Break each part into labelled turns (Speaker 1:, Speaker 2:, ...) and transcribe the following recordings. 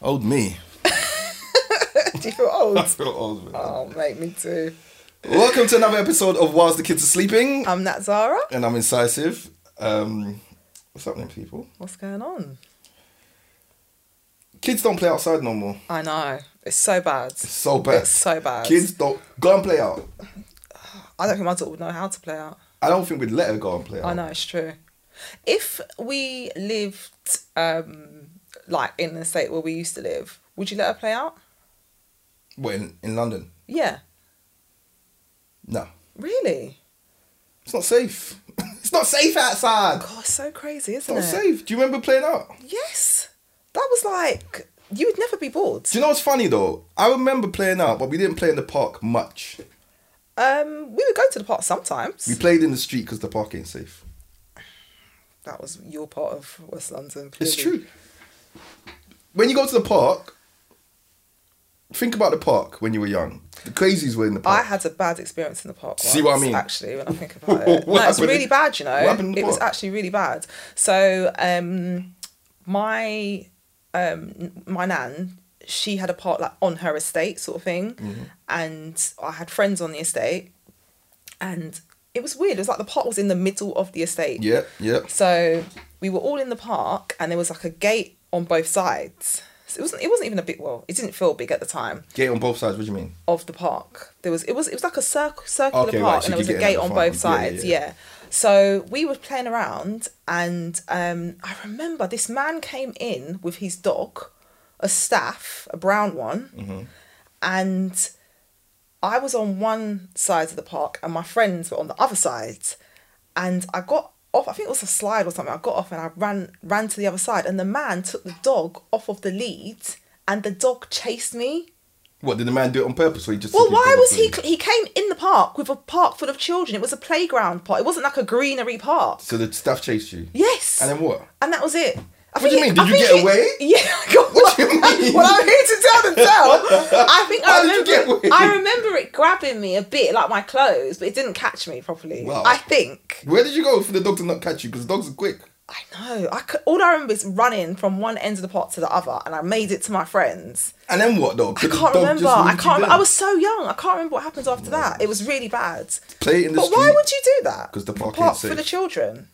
Speaker 1: Old me.
Speaker 2: Do you feel old?
Speaker 1: I feel old. man.
Speaker 2: oh, mate, me too.
Speaker 1: Welcome to another episode of Whilst the Kids Are Sleeping,
Speaker 2: I'm Nat Um, Zara.
Speaker 1: and I'm incisive. Um, what's happening, people?
Speaker 2: What's going on?
Speaker 1: Kids don't play outside no more.
Speaker 2: I know. It's so bad.
Speaker 1: So bad.
Speaker 2: It's so bad.
Speaker 1: Kids don't go and play out.
Speaker 2: I don't think my daughter would know how to play out.
Speaker 1: I don't think we'd let her go and play out.
Speaker 2: I know, it's true. If we lived um like in the state where we used to live, would you let her play out?
Speaker 1: Well, in, in London,
Speaker 2: Yeah.
Speaker 1: no,
Speaker 2: Really?
Speaker 1: it's not safe. it's not safe outside.
Speaker 2: God, it's so crazy,
Speaker 1: It's
Speaker 2: isn't
Speaker 1: not
Speaker 2: it?
Speaker 1: safe. Do you remember playing out?
Speaker 2: Yes. That was like you would never be bored.
Speaker 1: Do you know what's funny though? I remember playing out, but we didn't play in the park much.
Speaker 2: Um, we would go to the park sometimes.
Speaker 1: We played in the street because the park ain't safe.
Speaker 2: that was your part of West London.
Speaker 1: It's
Speaker 2: clearly.
Speaker 1: true. When you go to the park, think about the park when you were young. The crazies were in the
Speaker 2: I
Speaker 1: park.
Speaker 2: had a bad experience in the park. Once,
Speaker 1: See what I mean?
Speaker 2: Actually, when I think about
Speaker 1: What
Speaker 2: it, no, it's
Speaker 1: happened in-
Speaker 2: really bad. You know,
Speaker 1: what happened in the
Speaker 2: it was
Speaker 1: park?
Speaker 2: actually really bad. So, um, my um, my nan, she had a part like on her estate, sort of thing,
Speaker 1: Mm-hmm.
Speaker 2: and I had friends on the estate, and it was weird. It was like the park was in the middle of the estate.
Speaker 1: yeah, yeah.
Speaker 2: So we were all in the park, and there was like a gate on both sides. So it wasn't. It wasn't even a big. Well, it didn't feel big at the time
Speaker 1: Gate on both sides. What do you mean?
Speaker 2: of the park. There was it was it was like a circle circular
Speaker 1: Okay, right,
Speaker 2: park,
Speaker 1: so
Speaker 2: and
Speaker 1: you could
Speaker 2: there was a
Speaker 1: get in
Speaker 2: gate
Speaker 1: at the front
Speaker 2: on both
Speaker 1: one, yeah,
Speaker 2: sides.
Speaker 1: yeah,
Speaker 2: Yeah, So we were playing around, and um, I remember this man came in with his dog, a staff, a brown one,
Speaker 1: Mm-hmm.
Speaker 2: and I was on one side of the park, and my friends were on the other side, and I got. Off, I think it was a slide or something. I got off and I ran ran to the other side, and the man took the dog off of the lead, and the dog chased me.
Speaker 1: What did the man do it on purpose, or he just?
Speaker 2: Well,
Speaker 1: took his
Speaker 2: why
Speaker 1: dog
Speaker 2: was
Speaker 1: off
Speaker 2: he?
Speaker 1: the-
Speaker 2: He came in the park with a park full of children. It was a playground park. It wasn't like a greenery park.
Speaker 1: So the staff chased you.
Speaker 2: Yes.
Speaker 1: And then what?
Speaker 2: And that was it. I
Speaker 1: What do
Speaker 2: think
Speaker 1: you mean?
Speaker 2: it-
Speaker 1: Did
Speaker 2: I
Speaker 1: you
Speaker 2: think
Speaker 1: get
Speaker 2: it-
Speaker 1: away?
Speaker 2: Yeah. God,
Speaker 1: What do you mean?
Speaker 2: Well, I'm here to tell the tale. I think I
Speaker 1: How did you
Speaker 2: remember.
Speaker 1: get away?
Speaker 2: I remember it grabbing me a bit, like my clothes, but it didn't catch me properly.
Speaker 1: Wow.
Speaker 2: I think.
Speaker 1: Where did you go for the dog to not catch you? Because dogs are quick.
Speaker 2: I know. I could, all I remember is running from one end of the park to the other, and I made it to my friends.
Speaker 1: And then what though?
Speaker 2: I can't remember. I can't. I was so young. I can't remember what happened after that. It was really bad.
Speaker 1: play in the
Speaker 2: But
Speaker 1: street.
Speaker 2: why would you do that?
Speaker 1: 'Cause the
Speaker 2: A
Speaker 1: park
Speaker 2: park
Speaker 1: ain't
Speaker 2: for the
Speaker 1: safe.
Speaker 2: children.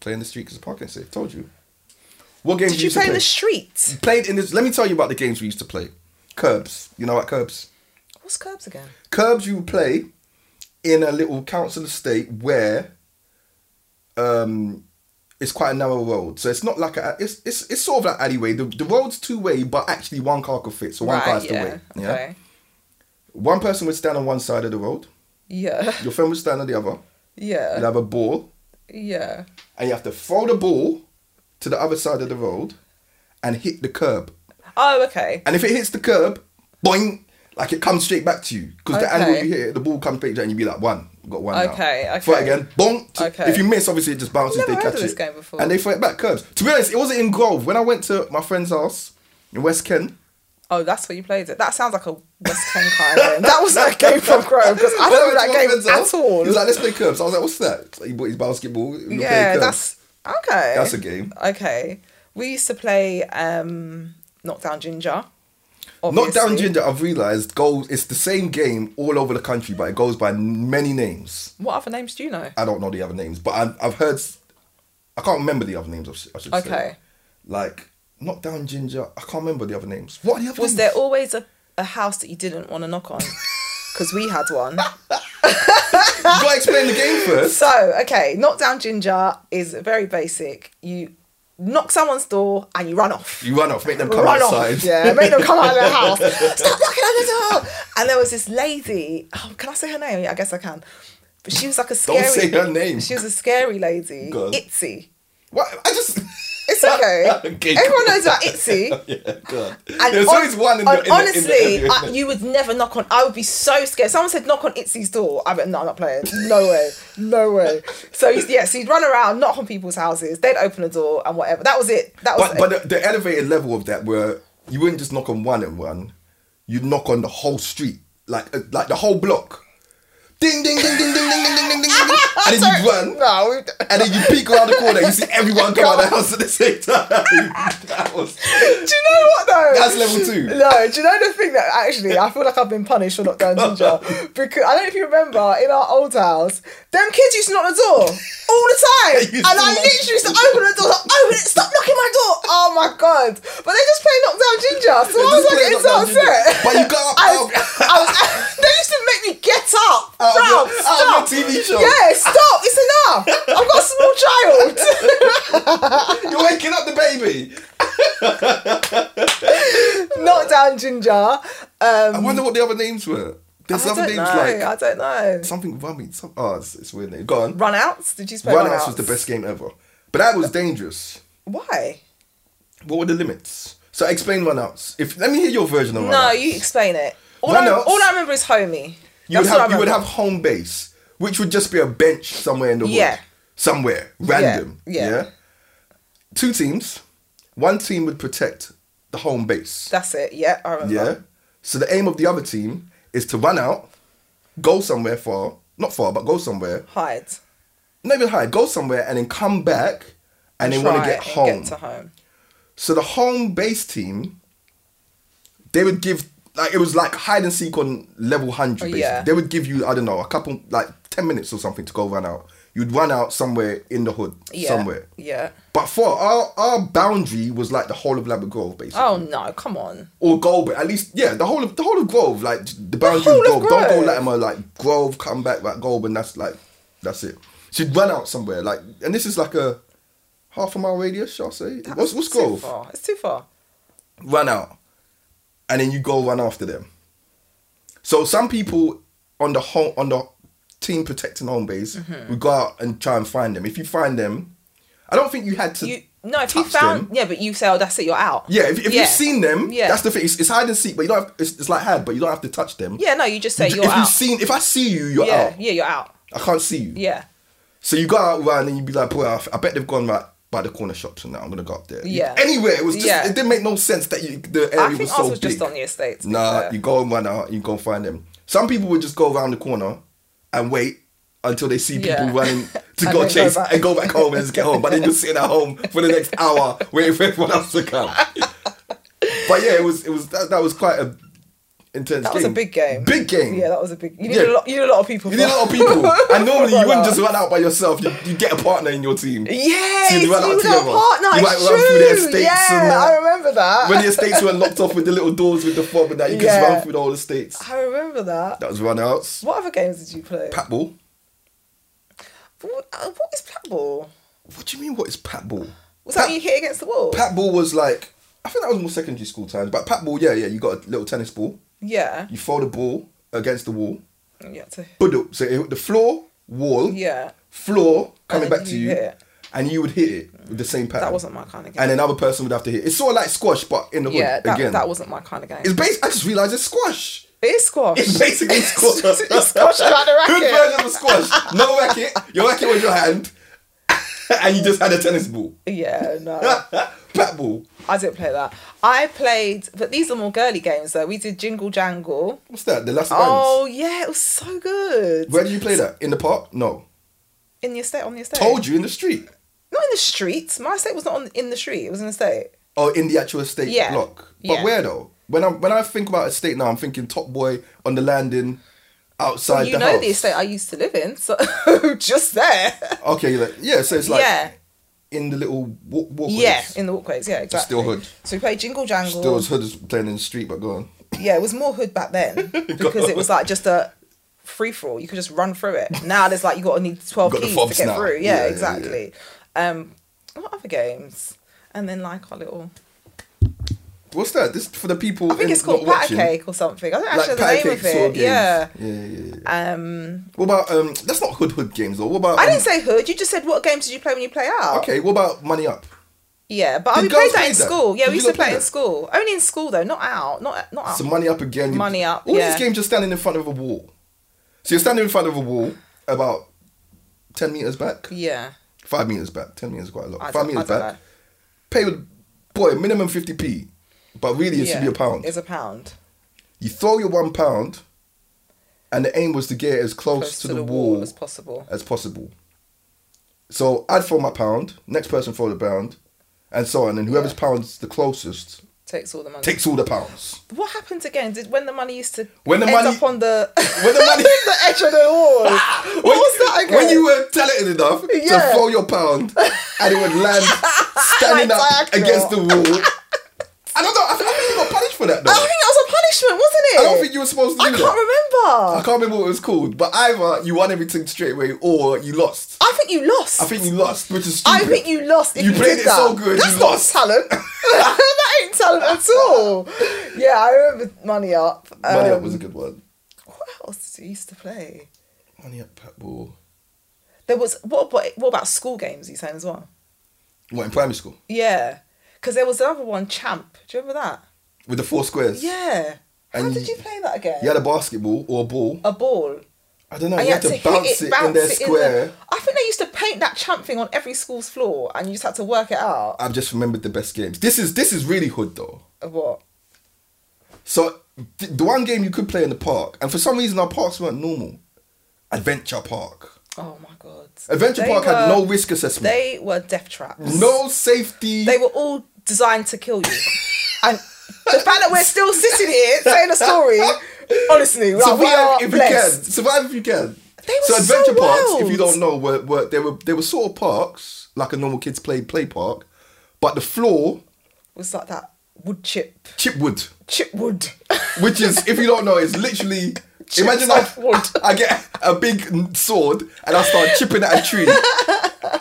Speaker 1: play in the street because the park ain't safe. Told you. What game
Speaker 2: Did you
Speaker 1: used to
Speaker 2: play in the street?
Speaker 1: played in this. Let me tell you about the games we used to play. Curbs. You know what curbs?
Speaker 2: What's curbs again?
Speaker 1: Curbs you would play in a little council estate where um it's quite a narrow road. So it's not like a it's it's, it's sort of like alleyway. The, the road's two way, but actually one car could fit, so one car's the way. Yeah.
Speaker 2: Okay.
Speaker 1: One person would stand on one side of the road,
Speaker 2: Yeah.
Speaker 1: your friend would stand on the other, you'd
Speaker 2: Yeah.
Speaker 1: have a ball,
Speaker 2: Yeah.
Speaker 1: and you have to throw the ball to the other side of the road and hit the curb.
Speaker 2: Oh, okay.
Speaker 1: And if it hits the curb, boing, like it comes straight back to you. Because the angle
Speaker 2: Okay.
Speaker 1: you hit, it, the ball comes straight down, and you'd be like, one, We've got one now.
Speaker 2: Okay, okay.
Speaker 1: Throw it again, bonk. t-
Speaker 2: Okay.
Speaker 1: If you miss, obviously it just bounces,
Speaker 2: Never
Speaker 1: they
Speaker 2: heard
Speaker 1: catch
Speaker 2: of this
Speaker 1: it.
Speaker 2: game before.
Speaker 1: And they throw it back curbs. To be honest, it wasn't in Grove. When I went to my friend's house in West Kent,
Speaker 2: Oh, that's where you played it. That sounds like a West End kind of game. That was that game from Chrome because I don't know that game at all.
Speaker 1: He was like, let's play curbs. I was like, what's that? It's like, he bought his basketball. we play
Speaker 2: yeah,
Speaker 1: curbs.
Speaker 2: that's okay.
Speaker 1: That's a game.
Speaker 2: Okay. We used to play um Knockdown Ginger.
Speaker 1: Knock down
Speaker 2: obviously.
Speaker 1: Ginger, I've realised, goes, it's the same game all over the country, but it goes by many names.
Speaker 2: What other names do you know?
Speaker 1: I don't know the other names, but I've, I've heard. s- I can't remember the other names. I sh- I should say.
Speaker 2: Okay.
Speaker 1: Like knockdown ginger. I can't remember the other names. What are the other
Speaker 2: Was
Speaker 1: names?
Speaker 2: there always a, a house that you didn't want to knock on? Because we had one.
Speaker 1: you gotta explain the game first.
Speaker 2: So, okay, knockdown ginger is very basic. You knock someone's door and you run off.
Speaker 1: You run off, make them come
Speaker 2: run
Speaker 1: outside.
Speaker 2: off. Yeah, make them come out of their house. Stop knocking on the door. And there was this lady. Oh, can I say her name? Yeah, I guess I can. But she was like a scary.
Speaker 1: Don't say her name.
Speaker 2: She was a scary lady.
Speaker 1: Go on.
Speaker 2: Itsy.
Speaker 1: What? I just.
Speaker 2: It's okay.
Speaker 1: Okay,
Speaker 2: Everyone
Speaker 1: cool.
Speaker 2: knows about Itsy.
Speaker 1: yeah, God.
Speaker 2: And
Speaker 1: There's
Speaker 2: hon-
Speaker 1: always one in
Speaker 2: hon-
Speaker 1: the in the- in the-
Speaker 2: honestly,
Speaker 1: in the-
Speaker 2: I, you would never knock on. I would be so scared. Someone said knock on Itzy's door. I bet no, I'm not playing. No way, no way. So yes, yeah, so you'd run around, knock on people's houses. They'd open the door and whatever. That was it. That was.
Speaker 1: but
Speaker 2: it.
Speaker 1: but the, the elevated level of that, where you wouldn't just knock on one and one, you'd knock on the whole street, like uh, like the whole block. Ding ding ding ding ding ding ding ding ding ding. and then you run,
Speaker 2: No, we don't.
Speaker 1: and then you peek around the corner, you see everyone come out of the house at the same time. That was-
Speaker 2: Do you know what though?
Speaker 1: That's level two.
Speaker 2: No, do you know the thing that actually I feel like I've been punished for not going ginger because I don't know if you remember in our old house, them kids used to knock the door all the time,
Speaker 1: They used to
Speaker 2: and I
Speaker 1: knock-
Speaker 2: literally used to open the door, like, open it, stop knocking my door. Oh my god! But they just play knockdown ginger, so I was
Speaker 1: Just
Speaker 2: like,
Speaker 1: play
Speaker 2: it's so
Speaker 1: knockdown ginger.
Speaker 2: upset.
Speaker 1: But you got
Speaker 2: I
Speaker 1: out,
Speaker 2: was, I was, they used to make me get up.
Speaker 1: out, of
Speaker 2: Ralph,
Speaker 1: your- out
Speaker 2: stop.
Speaker 1: of your TV show.
Speaker 2: Yeah, stop! It's enough. I've got a small child.
Speaker 1: um, You're waking up the baby.
Speaker 2: knockdown ginger. Um,
Speaker 1: I wonder what the other names were. There's
Speaker 2: I
Speaker 1: other
Speaker 2: don't
Speaker 1: names
Speaker 2: know.
Speaker 1: like
Speaker 2: I don't know.
Speaker 1: something rummy. Some, oh, it's, it's a weird name. Go on.
Speaker 2: Runouts? Did you play
Speaker 1: Runouts
Speaker 2: runouts?
Speaker 1: was the best game ever, but that was dangerous.
Speaker 2: Why?
Speaker 1: What were the limits? So explain runouts. If let me hear your version of runouts.
Speaker 2: No, you explain it. All, I,
Speaker 1: Runouts?
Speaker 2: all I remember is homie.
Speaker 1: You would
Speaker 2: That's all I
Speaker 1: have you would
Speaker 2: remember.
Speaker 1: have home base, which would just be a bench somewhere in the wood.
Speaker 2: Yeah.
Speaker 1: Somewhere. Random.
Speaker 2: yeah.
Speaker 1: Two teams. One team would protect the home base.
Speaker 2: That's it. Yeah, I remember.
Speaker 1: yeah. So the aim of the other team is to run out, go somewhere far, not far, but go somewhere.
Speaker 2: Hide.
Speaker 1: Not even hide, go somewhere and then come back and they want to
Speaker 2: Try
Speaker 1: get
Speaker 2: and
Speaker 1: home.
Speaker 2: Get to home.
Speaker 1: So the home base team, they would give like it was like hide and seek on level hundred.
Speaker 2: Oh,
Speaker 1: Basically,
Speaker 2: yeah.
Speaker 1: they would give you I don't know a couple like ten minutes or something to go run out. You'd run out somewhere in the hood,
Speaker 2: Yeah.
Speaker 1: somewhere.
Speaker 2: Yeah.
Speaker 1: But for our our boundary was like the whole of Labrador Grove, basically,
Speaker 2: Oh no! Come on.
Speaker 1: or Grove, but at least yeah, the whole of the whole of Grove, like the boundary
Speaker 2: whole
Speaker 1: of
Speaker 2: of
Speaker 1: Grove. Don't go
Speaker 2: Grove.
Speaker 1: Latimer, like Grove, come back, like Grove, and that's like that's it. She'd run out somewhere, like, and this is like a half a mile radius, shall I say? what's what's
Speaker 2: It's too
Speaker 1: Grove?
Speaker 2: far. It's too far.
Speaker 1: run out, and then you go run after them. So some people on the home on the team protecting home base
Speaker 2: Mm-hmm.
Speaker 1: would go out and try and find them. If you find them, I don't think you had to.
Speaker 2: You no. If you
Speaker 1: touch
Speaker 2: found
Speaker 1: them.
Speaker 2: yeah, but you say oh that's it. You're out.
Speaker 1: yeah, if, if
Speaker 2: Yeah.
Speaker 1: you've seen them,
Speaker 2: Yeah.
Speaker 1: that's the thing. It's, it's hide and seek, but you don't. Have, it's, it's like hide, but you don't have to touch them.
Speaker 2: Yeah. No. You just say
Speaker 1: If
Speaker 2: you're out.
Speaker 1: you've seen, if I see you, you're
Speaker 2: yeah.
Speaker 1: out.
Speaker 2: Yeah. You're out.
Speaker 1: I can't see you.
Speaker 2: Yeah.
Speaker 1: So you go out round and you'd be like, boy, I, I bet they've gone right by the corner shops and now I'm gonna go up there. You-
Speaker 2: Yeah.
Speaker 1: Anywhere it was just
Speaker 2: Yeah.
Speaker 1: it didn't make no sense that you the area
Speaker 2: I think
Speaker 1: was
Speaker 2: ours
Speaker 1: so
Speaker 2: was
Speaker 1: big.
Speaker 2: just on the estate. to be
Speaker 1: Nah,
Speaker 2: fair.
Speaker 1: you go and run out, you go and find them. Some people would just go around the corner and wait until they see people
Speaker 2: Yeah.
Speaker 1: running to
Speaker 2: And
Speaker 1: go
Speaker 2: then go
Speaker 1: chase
Speaker 2: back.
Speaker 1: and go back home and just get home. But then you're sitting at home for the next hour waiting for everyone else to come. but yeah, it was it was that, that was quite a intense
Speaker 2: That was a
Speaker 1: game.
Speaker 2: big game.
Speaker 1: Big game.
Speaker 2: Yeah, that was a big. You need
Speaker 1: Yeah.
Speaker 2: a lot. You need a lot of people.
Speaker 1: You need a
Speaker 2: for-
Speaker 1: lot of people. And normally you
Speaker 2: Run
Speaker 1: wouldn't
Speaker 2: out.
Speaker 1: just run out by yourself. You you get a partner in your team.
Speaker 2: Yeah,
Speaker 1: So you'd
Speaker 2: you
Speaker 1: run out
Speaker 2: see
Speaker 1: together.
Speaker 2: that part. No,
Speaker 1: You
Speaker 2: it's
Speaker 1: might
Speaker 2: true.
Speaker 1: run through the estates
Speaker 2: yeah,
Speaker 1: and that.
Speaker 2: I remember that.
Speaker 1: When the estates were locked off with the little doors with the fob and that, you could just
Speaker 2: Yeah.
Speaker 1: run through the whole estates.
Speaker 2: I remember that.
Speaker 1: That was runouts.
Speaker 2: What other games did you play?
Speaker 1: Patball.
Speaker 2: what, uh, what is pat ball?
Speaker 1: What do you mean? What is pat ball?
Speaker 2: Was that
Speaker 1: Pat-
Speaker 2: when you hit against the wall?
Speaker 1: pat ball was like I think that was more secondary school times. But pat ball, yeah, yeah. You got a little tennis ball.
Speaker 2: yeah.
Speaker 1: You throw the ball against the wall.
Speaker 2: You had to,
Speaker 1: Buduk. So it hit the floor, wall,
Speaker 2: yeah.
Speaker 1: floor coming
Speaker 2: And then
Speaker 1: back to
Speaker 2: you
Speaker 1: you,
Speaker 2: hit it.
Speaker 1: and you would hit it with the same pattern.
Speaker 2: That wasn't my kind of game.
Speaker 1: And another person would have to hit. It's sort of like squash, but in the hood
Speaker 2: yeah, that,
Speaker 1: again.
Speaker 2: that wasn't my kind of game.
Speaker 1: It's bas I just realized it's squash.
Speaker 2: it is squash.
Speaker 1: It's basically squash.
Speaker 2: It's squash without the
Speaker 1: Good
Speaker 2: racket.
Speaker 1: version of squash. No racket. Your racket was your hand, and you just had a tennis ball.
Speaker 2: yeah, no.
Speaker 1: pat ball.
Speaker 2: I didn't play that. I played, but these are more girly games though. We did Jingle Jangle.
Speaker 1: What's that? The last
Speaker 2: Oh, yeah, it was so good.
Speaker 1: Where do you play that? In the park? No.
Speaker 2: In the estate, on the estate.
Speaker 1: Told you in the street.
Speaker 2: Not in the streets. My estate was not on, in the street. It was in the state.
Speaker 1: Oh, in the actual estate
Speaker 2: Yeah.
Speaker 1: block. But
Speaker 2: Yeah.
Speaker 1: where though? When I when I think about estate now, I'm thinking Top Boy on the landing, outside
Speaker 2: Well, you
Speaker 1: the
Speaker 2: know
Speaker 1: house.
Speaker 2: the estate I used to live in, so just there.
Speaker 1: Okay, like, yeah. So it's like
Speaker 2: yeah,
Speaker 1: in the little walk. walkways.
Speaker 2: yeah, in the walkways. Yeah, exactly.
Speaker 1: still hood.
Speaker 2: So we played Jingle Jangle.
Speaker 1: Still, as hood is playing in the street, but go on.
Speaker 2: Yeah, it was more hood back then because it was like just a free for all. You could just run through it. Now there's like you got to need twelve
Speaker 1: Got the
Speaker 2: keys to
Speaker 1: fobs
Speaker 2: get
Speaker 1: now.
Speaker 2: through.
Speaker 1: Yeah,
Speaker 2: Yeah,
Speaker 1: yeah, yeah.
Speaker 2: exactly. Um, what other games? And then like our little,
Speaker 1: What's that? This for the people.
Speaker 2: I think it's called pat a cake or something. I don't
Speaker 1: Like
Speaker 2: actually know
Speaker 1: pat
Speaker 2: the name
Speaker 1: cake
Speaker 2: of
Speaker 1: sort of games.
Speaker 2: it. Yeah.
Speaker 1: yeah, yeah, yeah.
Speaker 2: Um,
Speaker 1: What about um? That's not hood hood games though. What about?
Speaker 2: I
Speaker 1: um,
Speaker 2: didn't say hood. You just said what games did you play when you play out?
Speaker 1: Okay, what about money up?
Speaker 2: Yeah, but
Speaker 1: Did
Speaker 2: we
Speaker 1: girls
Speaker 2: played that
Speaker 1: play
Speaker 2: in
Speaker 1: that?
Speaker 2: school. Yeah,
Speaker 1: Did
Speaker 2: we
Speaker 1: you
Speaker 2: used to
Speaker 1: lot
Speaker 2: play
Speaker 1: play
Speaker 2: it in
Speaker 1: that?
Speaker 2: school. Only in school though, not out. Not not out.
Speaker 1: So money up again. you-
Speaker 2: Money up,
Speaker 1: All
Speaker 2: yeah.
Speaker 1: these games, you're standing in front of a wall. So you're standing in front of a wall about ten meters back,
Speaker 2: yeah.
Speaker 1: five meters back, ten meters is quite a lot.
Speaker 2: I
Speaker 1: five
Speaker 2: don't, I
Speaker 1: meters
Speaker 2: don't
Speaker 1: back.
Speaker 2: know.
Speaker 1: Pay with boy minimum fifty p, but really it should
Speaker 2: Yeah,
Speaker 1: be a pound.
Speaker 2: It's a pound.
Speaker 1: You throw your one pound, and the aim was to get it as close, to, the, wall,
Speaker 2: as possible.
Speaker 1: as possible. So I'd throw my pound, next person throw the pound, and so on. And whoever's pound's the closest
Speaker 2: Takes all the money.
Speaker 1: takes all the pounds.
Speaker 2: what happened again? Did when the money used to
Speaker 1: When the
Speaker 2: end
Speaker 1: money-
Speaker 2: up on the
Speaker 1: When the money- Ah!
Speaker 2: the edge of the wall? what
Speaker 1: When-
Speaker 2: was that again?
Speaker 1: When you were talented enough to
Speaker 2: Yeah.
Speaker 1: throw your pound and it would land standing
Speaker 2: My
Speaker 1: up
Speaker 2: diagonal.
Speaker 1: against the wall. I don't know. I think you got punished for that though.
Speaker 2: I think that was a punishment, wasn't it?
Speaker 1: I don't think you were supposed to
Speaker 2: Oh, I
Speaker 1: do
Speaker 2: can't
Speaker 1: that. I
Speaker 2: remember.
Speaker 1: can't remember what it was called, but either you won everything straight away or you lost.
Speaker 2: I think you lost.
Speaker 1: I think you lost, which is stupid.
Speaker 2: I think you lost. If
Speaker 1: You
Speaker 2: you,
Speaker 1: played
Speaker 2: did
Speaker 1: it
Speaker 2: that.
Speaker 1: so good,
Speaker 2: That's
Speaker 1: you
Speaker 2: not
Speaker 1: lost.
Speaker 2: talent. that ain't talent at all. Yeah, I remember money up.
Speaker 1: Money Up
Speaker 2: Um,
Speaker 1: was a good one.
Speaker 2: What else did you used to play?
Speaker 1: Money Up Pat Ball.
Speaker 2: There was what? What, what about school games? You saying as well?
Speaker 1: What, in primary school?
Speaker 2: Yeah, because there was another one, Champ. Do you remember that?
Speaker 1: With the four squares?
Speaker 2: Yeah. How
Speaker 1: And
Speaker 2: did
Speaker 1: you-
Speaker 2: you play that again?
Speaker 1: You had a basketball or a ball.
Speaker 2: a ball.
Speaker 1: I don't know.
Speaker 2: and
Speaker 1: You, had to,
Speaker 2: hit
Speaker 1: bounce it, in their
Speaker 2: bounce it
Speaker 1: square.
Speaker 2: the- I think they used to paint that champ thing on every school's floor, and you just had to work it out.
Speaker 1: I've just remembered the best games. This is this is really hood though.
Speaker 2: Of what?
Speaker 1: So th- the one game you could play in the park, and for some reason our parks weren't normal. Adventure Park.
Speaker 2: Oh my god.
Speaker 1: Adventure
Speaker 2: They
Speaker 1: Park had
Speaker 2: were-
Speaker 1: no risk assessment.
Speaker 2: They were death traps.
Speaker 1: no safety.
Speaker 2: They were all designed to kill you. and the fact that we're still sitting here saying a story, honestly, like,
Speaker 1: survive
Speaker 2: we are
Speaker 1: if
Speaker 2: blessed.
Speaker 1: you can. Survive if you can.
Speaker 2: They were
Speaker 1: so
Speaker 2: so
Speaker 1: adventure parks, if
Speaker 2: wild.
Speaker 1: you don't know, were, were they were they were sort of parks like a normal kids play play park, but the floor
Speaker 2: was like that wood chip,
Speaker 1: chipwood,
Speaker 2: chip wood.
Speaker 1: which is if you don't know, is literally. imagine
Speaker 2: off
Speaker 1: I,
Speaker 2: wood.
Speaker 1: I get a big sword and I start chipping at a tree,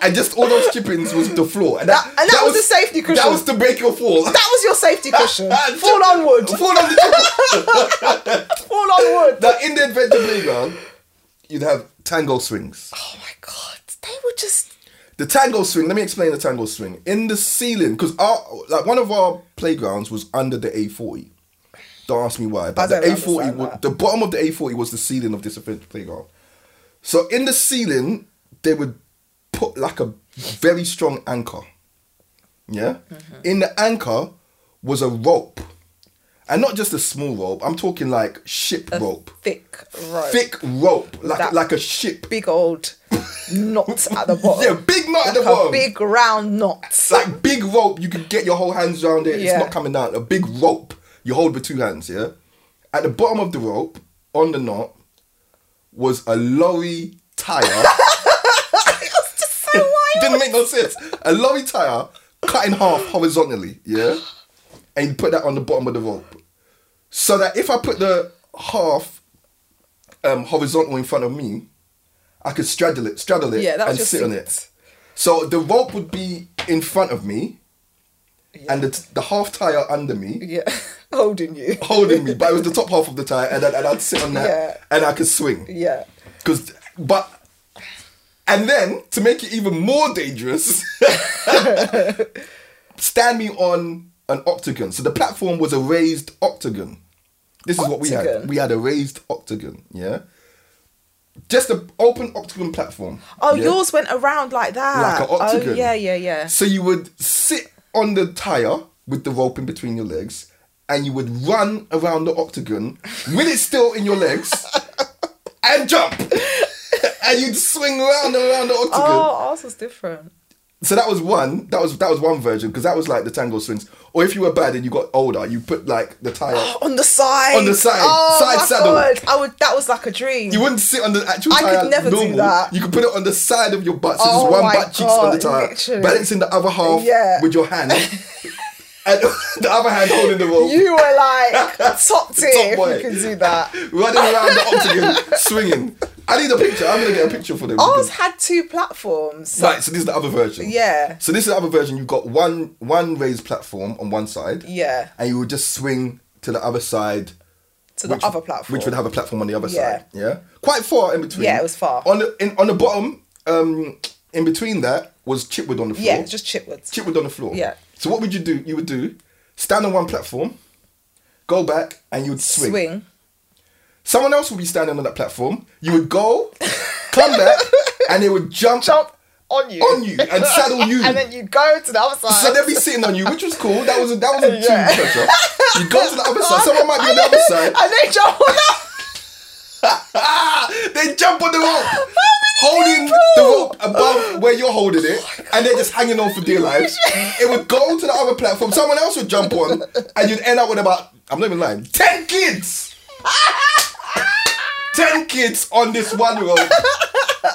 Speaker 1: and just all those chippings was the floor, and that,
Speaker 2: That- and that was the safety
Speaker 1: That
Speaker 2: cushion.
Speaker 1: was to break your fall.
Speaker 2: that was your safety cushion. Fall on wood.
Speaker 1: Fall on the chipboard.
Speaker 2: Fall on wood.
Speaker 1: Now in the adventure playground, you'd have tango swings.
Speaker 2: Oh my god, they were just
Speaker 1: The tango swing. Let me explain the tango swing. In the ceiling, because our like one of our playgrounds was under the A forty. Don't ask me why, but
Speaker 2: I
Speaker 1: the
Speaker 2: don't
Speaker 1: A forty,
Speaker 2: understand that.
Speaker 1: the bottom of the A forty was the ceiling of this event playground. So in the ceiling, they would put like a very strong anchor. Yeah,
Speaker 2: Mm-hmm.
Speaker 1: in the anchor was a rope, and not just a small rope. I'm talking like ship rope,
Speaker 2: thick rope,
Speaker 1: thick rope, like
Speaker 2: That-
Speaker 1: like a ship.
Speaker 2: big old knot at the bottom.
Speaker 1: Yeah, big knot at the
Speaker 2: Like a
Speaker 1: bottom.
Speaker 2: big round knot.
Speaker 1: It's like big rope. You can get your whole hands around it.
Speaker 2: Yeah.
Speaker 1: It's not coming down. A big rope. You hold with two hands. Yeah. At the bottom of the rope, on the knot, was a lorry tire.
Speaker 2: That's just so wild.
Speaker 1: Didn't make no sense. A lorry tire cut in half horizontally. Yeah. And you put that on the bottom of the rope, so that if I put the half um, horizontal in front of me, I could straddle it, straddle it,
Speaker 2: Yeah, that was
Speaker 1: and
Speaker 2: your
Speaker 1: sit on
Speaker 2: seat.
Speaker 1: it. So the rope would be in front of me, and the, the half tire under me
Speaker 2: yeah, holding you.
Speaker 1: holding me, but it was the top half of the tire, and, then- and I'd sit on that,
Speaker 2: Yeah.
Speaker 1: and I could swing.
Speaker 2: Yeah.
Speaker 1: Because, but, and then to make it even more dangerous, stand me on an octagon. So the platform was a raised octagon. This is what we had.
Speaker 2: Octagon?
Speaker 1: We had a raised octagon. Yeah. Just an open octagon platform.
Speaker 2: Oh,
Speaker 1: yeah?
Speaker 2: yours went around like
Speaker 1: Like
Speaker 2: that.
Speaker 1: an octagon.
Speaker 2: Oh, yeah, yeah, yeah.
Speaker 1: So you would sit on the tire with the rope in between your legs, and you would run around the octagon with it still in your legs, and jump, and you'd swing around and around the octagon.
Speaker 2: Oh, ours was different.
Speaker 1: So that was one. That was that was one version because that was like the tango swings. Or if you were bad and you got older, you put like the tire.
Speaker 2: On the side.
Speaker 1: On the side.
Speaker 2: Oh,
Speaker 1: Side
Speaker 2: my
Speaker 1: saddle.
Speaker 2: God. I would, that was like a dream.
Speaker 1: You wouldn't sit on the actual
Speaker 2: I
Speaker 1: tire.
Speaker 2: could never do
Speaker 1: normal.
Speaker 2: that.
Speaker 1: You could put it on the side of your butt, so
Speaker 2: Oh
Speaker 1: just one
Speaker 2: my
Speaker 1: butt cheeks on the
Speaker 2: God,
Speaker 1: tire,
Speaker 2: literally.
Speaker 1: balancing the other half
Speaker 2: Yeah.
Speaker 1: with your hand, and the other hand holding the rope,
Speaker 2: You were like top tier if
Speaker 1: boy.
Speaker 2: you could do that.
Speaker 1: running around the octagon, swinging. I need a picture. I'm gonna get a picture for them.
Speaker 2: Ours had two platforms.
Speaker 1: Right, so this is the other version.
Speaker 2: Yeah.
Speaker 1: So this is the other version. You've got one one raised platform on one side.
Speaker 2: Yeah.
Speaker 1: And you would just swing to the other side.
Speaker 2: To the
Speaker 1: which-
Speaker 2: other platform.
Speaker 1: which would have a platform on the other
Speaker 2: Yeah.
Speaker 1: side. Yeah, quite far in between.
Speaker 2: Yeah, it was far.
Speaker 1: On the in, on the bottom, um, in between that was chipwood on the floor.
Speaker 2: Yeah, just chipwoods.
Speaker 1: chipwood on the floor.
Speaker 2: Yeah.
Speaker 1: So what would you do? You would do stand on one platform, go back, and you would swing.
Speaker 2: Swing.
Speaker 1: Someone else would be standing on that platform. You would go, come back, and they would jump,
Speaker 2: Jump on you.
Speaker 1: on you and saddle you.
Speaker 2: and then you go to the other side.
Speaker 1: So they'd be sitting on you, which was cool. That was a, that was a
Speaker 2: Yeah.
Speaker 1: tune pressure. You go to the other side. Someone might be on the other side.
Speaker 2: and they jump on
Speaker 1: they jump on the rope, holding the rope above where you're holding it, and they're just hanging on for dear life. it would go to the other platform. Someone else would jump on, and you'd end up with about I'm not even lying, ten kids. ten kids on this one rope,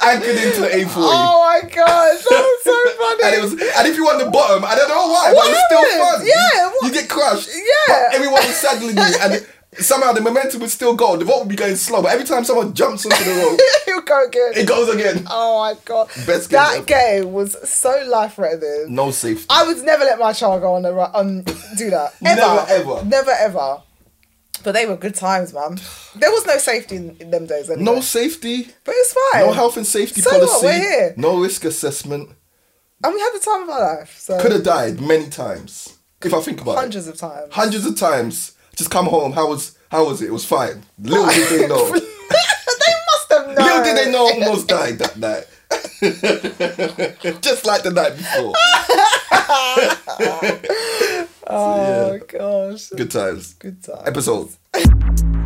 Speaker 1: anchored into the A40.
Speaker 2: Oh my god, that was so funny.
Speaker 1: And it was, and if you on the bottom, I don't know why, but
Speaker 2: What
Speaker 1: it's still fun.
Speaker 2: happened? Yeah,
Speaker 1: you,
Speaker 2: what-
Speaker 1: you get crushed.
Speaker 2: Yeah.
Speaker 1: but everyone was saddling you, and somehow the momentum would still go. The rope would be going slow, but every time someone jumps onto the rope,
Speaker 2: you go again.
Speaker 1: it goes again.
Speaker 2: oh my god,
Speaker 1: Best game ever.
Speaker 2: that game was so life threatening.
Speaker 1: No safety.
Speaker 2: I would never let my child go on the ru- on do that. Ever.
Speaker 1: Never, ever.
Speaker 2: Never ever. But they were good times, man. There was no safety in, in them days. Anyway.
Speaker 1: No safety.
Speaker 2: but it's fine.
Speaker 1: No health and safety
Speaker 2: So what,
Speaker 1: policy.
Speaker 2: we're here.
Speaker 1: No risk assessment.
Speaker 2: and we had the time of our life. So
Speaker 1: Could have died many times. If I think about it,
Speaker 2: hundreds of times.
Speaker 1: hundreds of times. Just come home. How was how was it? It was fine. Little did they know.
Speaker 2: they must have known.
Speaker 1: Little did they know I almost died that night. Just like the night before.
Speaker 2: Oh gosh.
Speaker 1: Good times.
Speaker 2: Oh, Good time.
Speaker 1: Episode.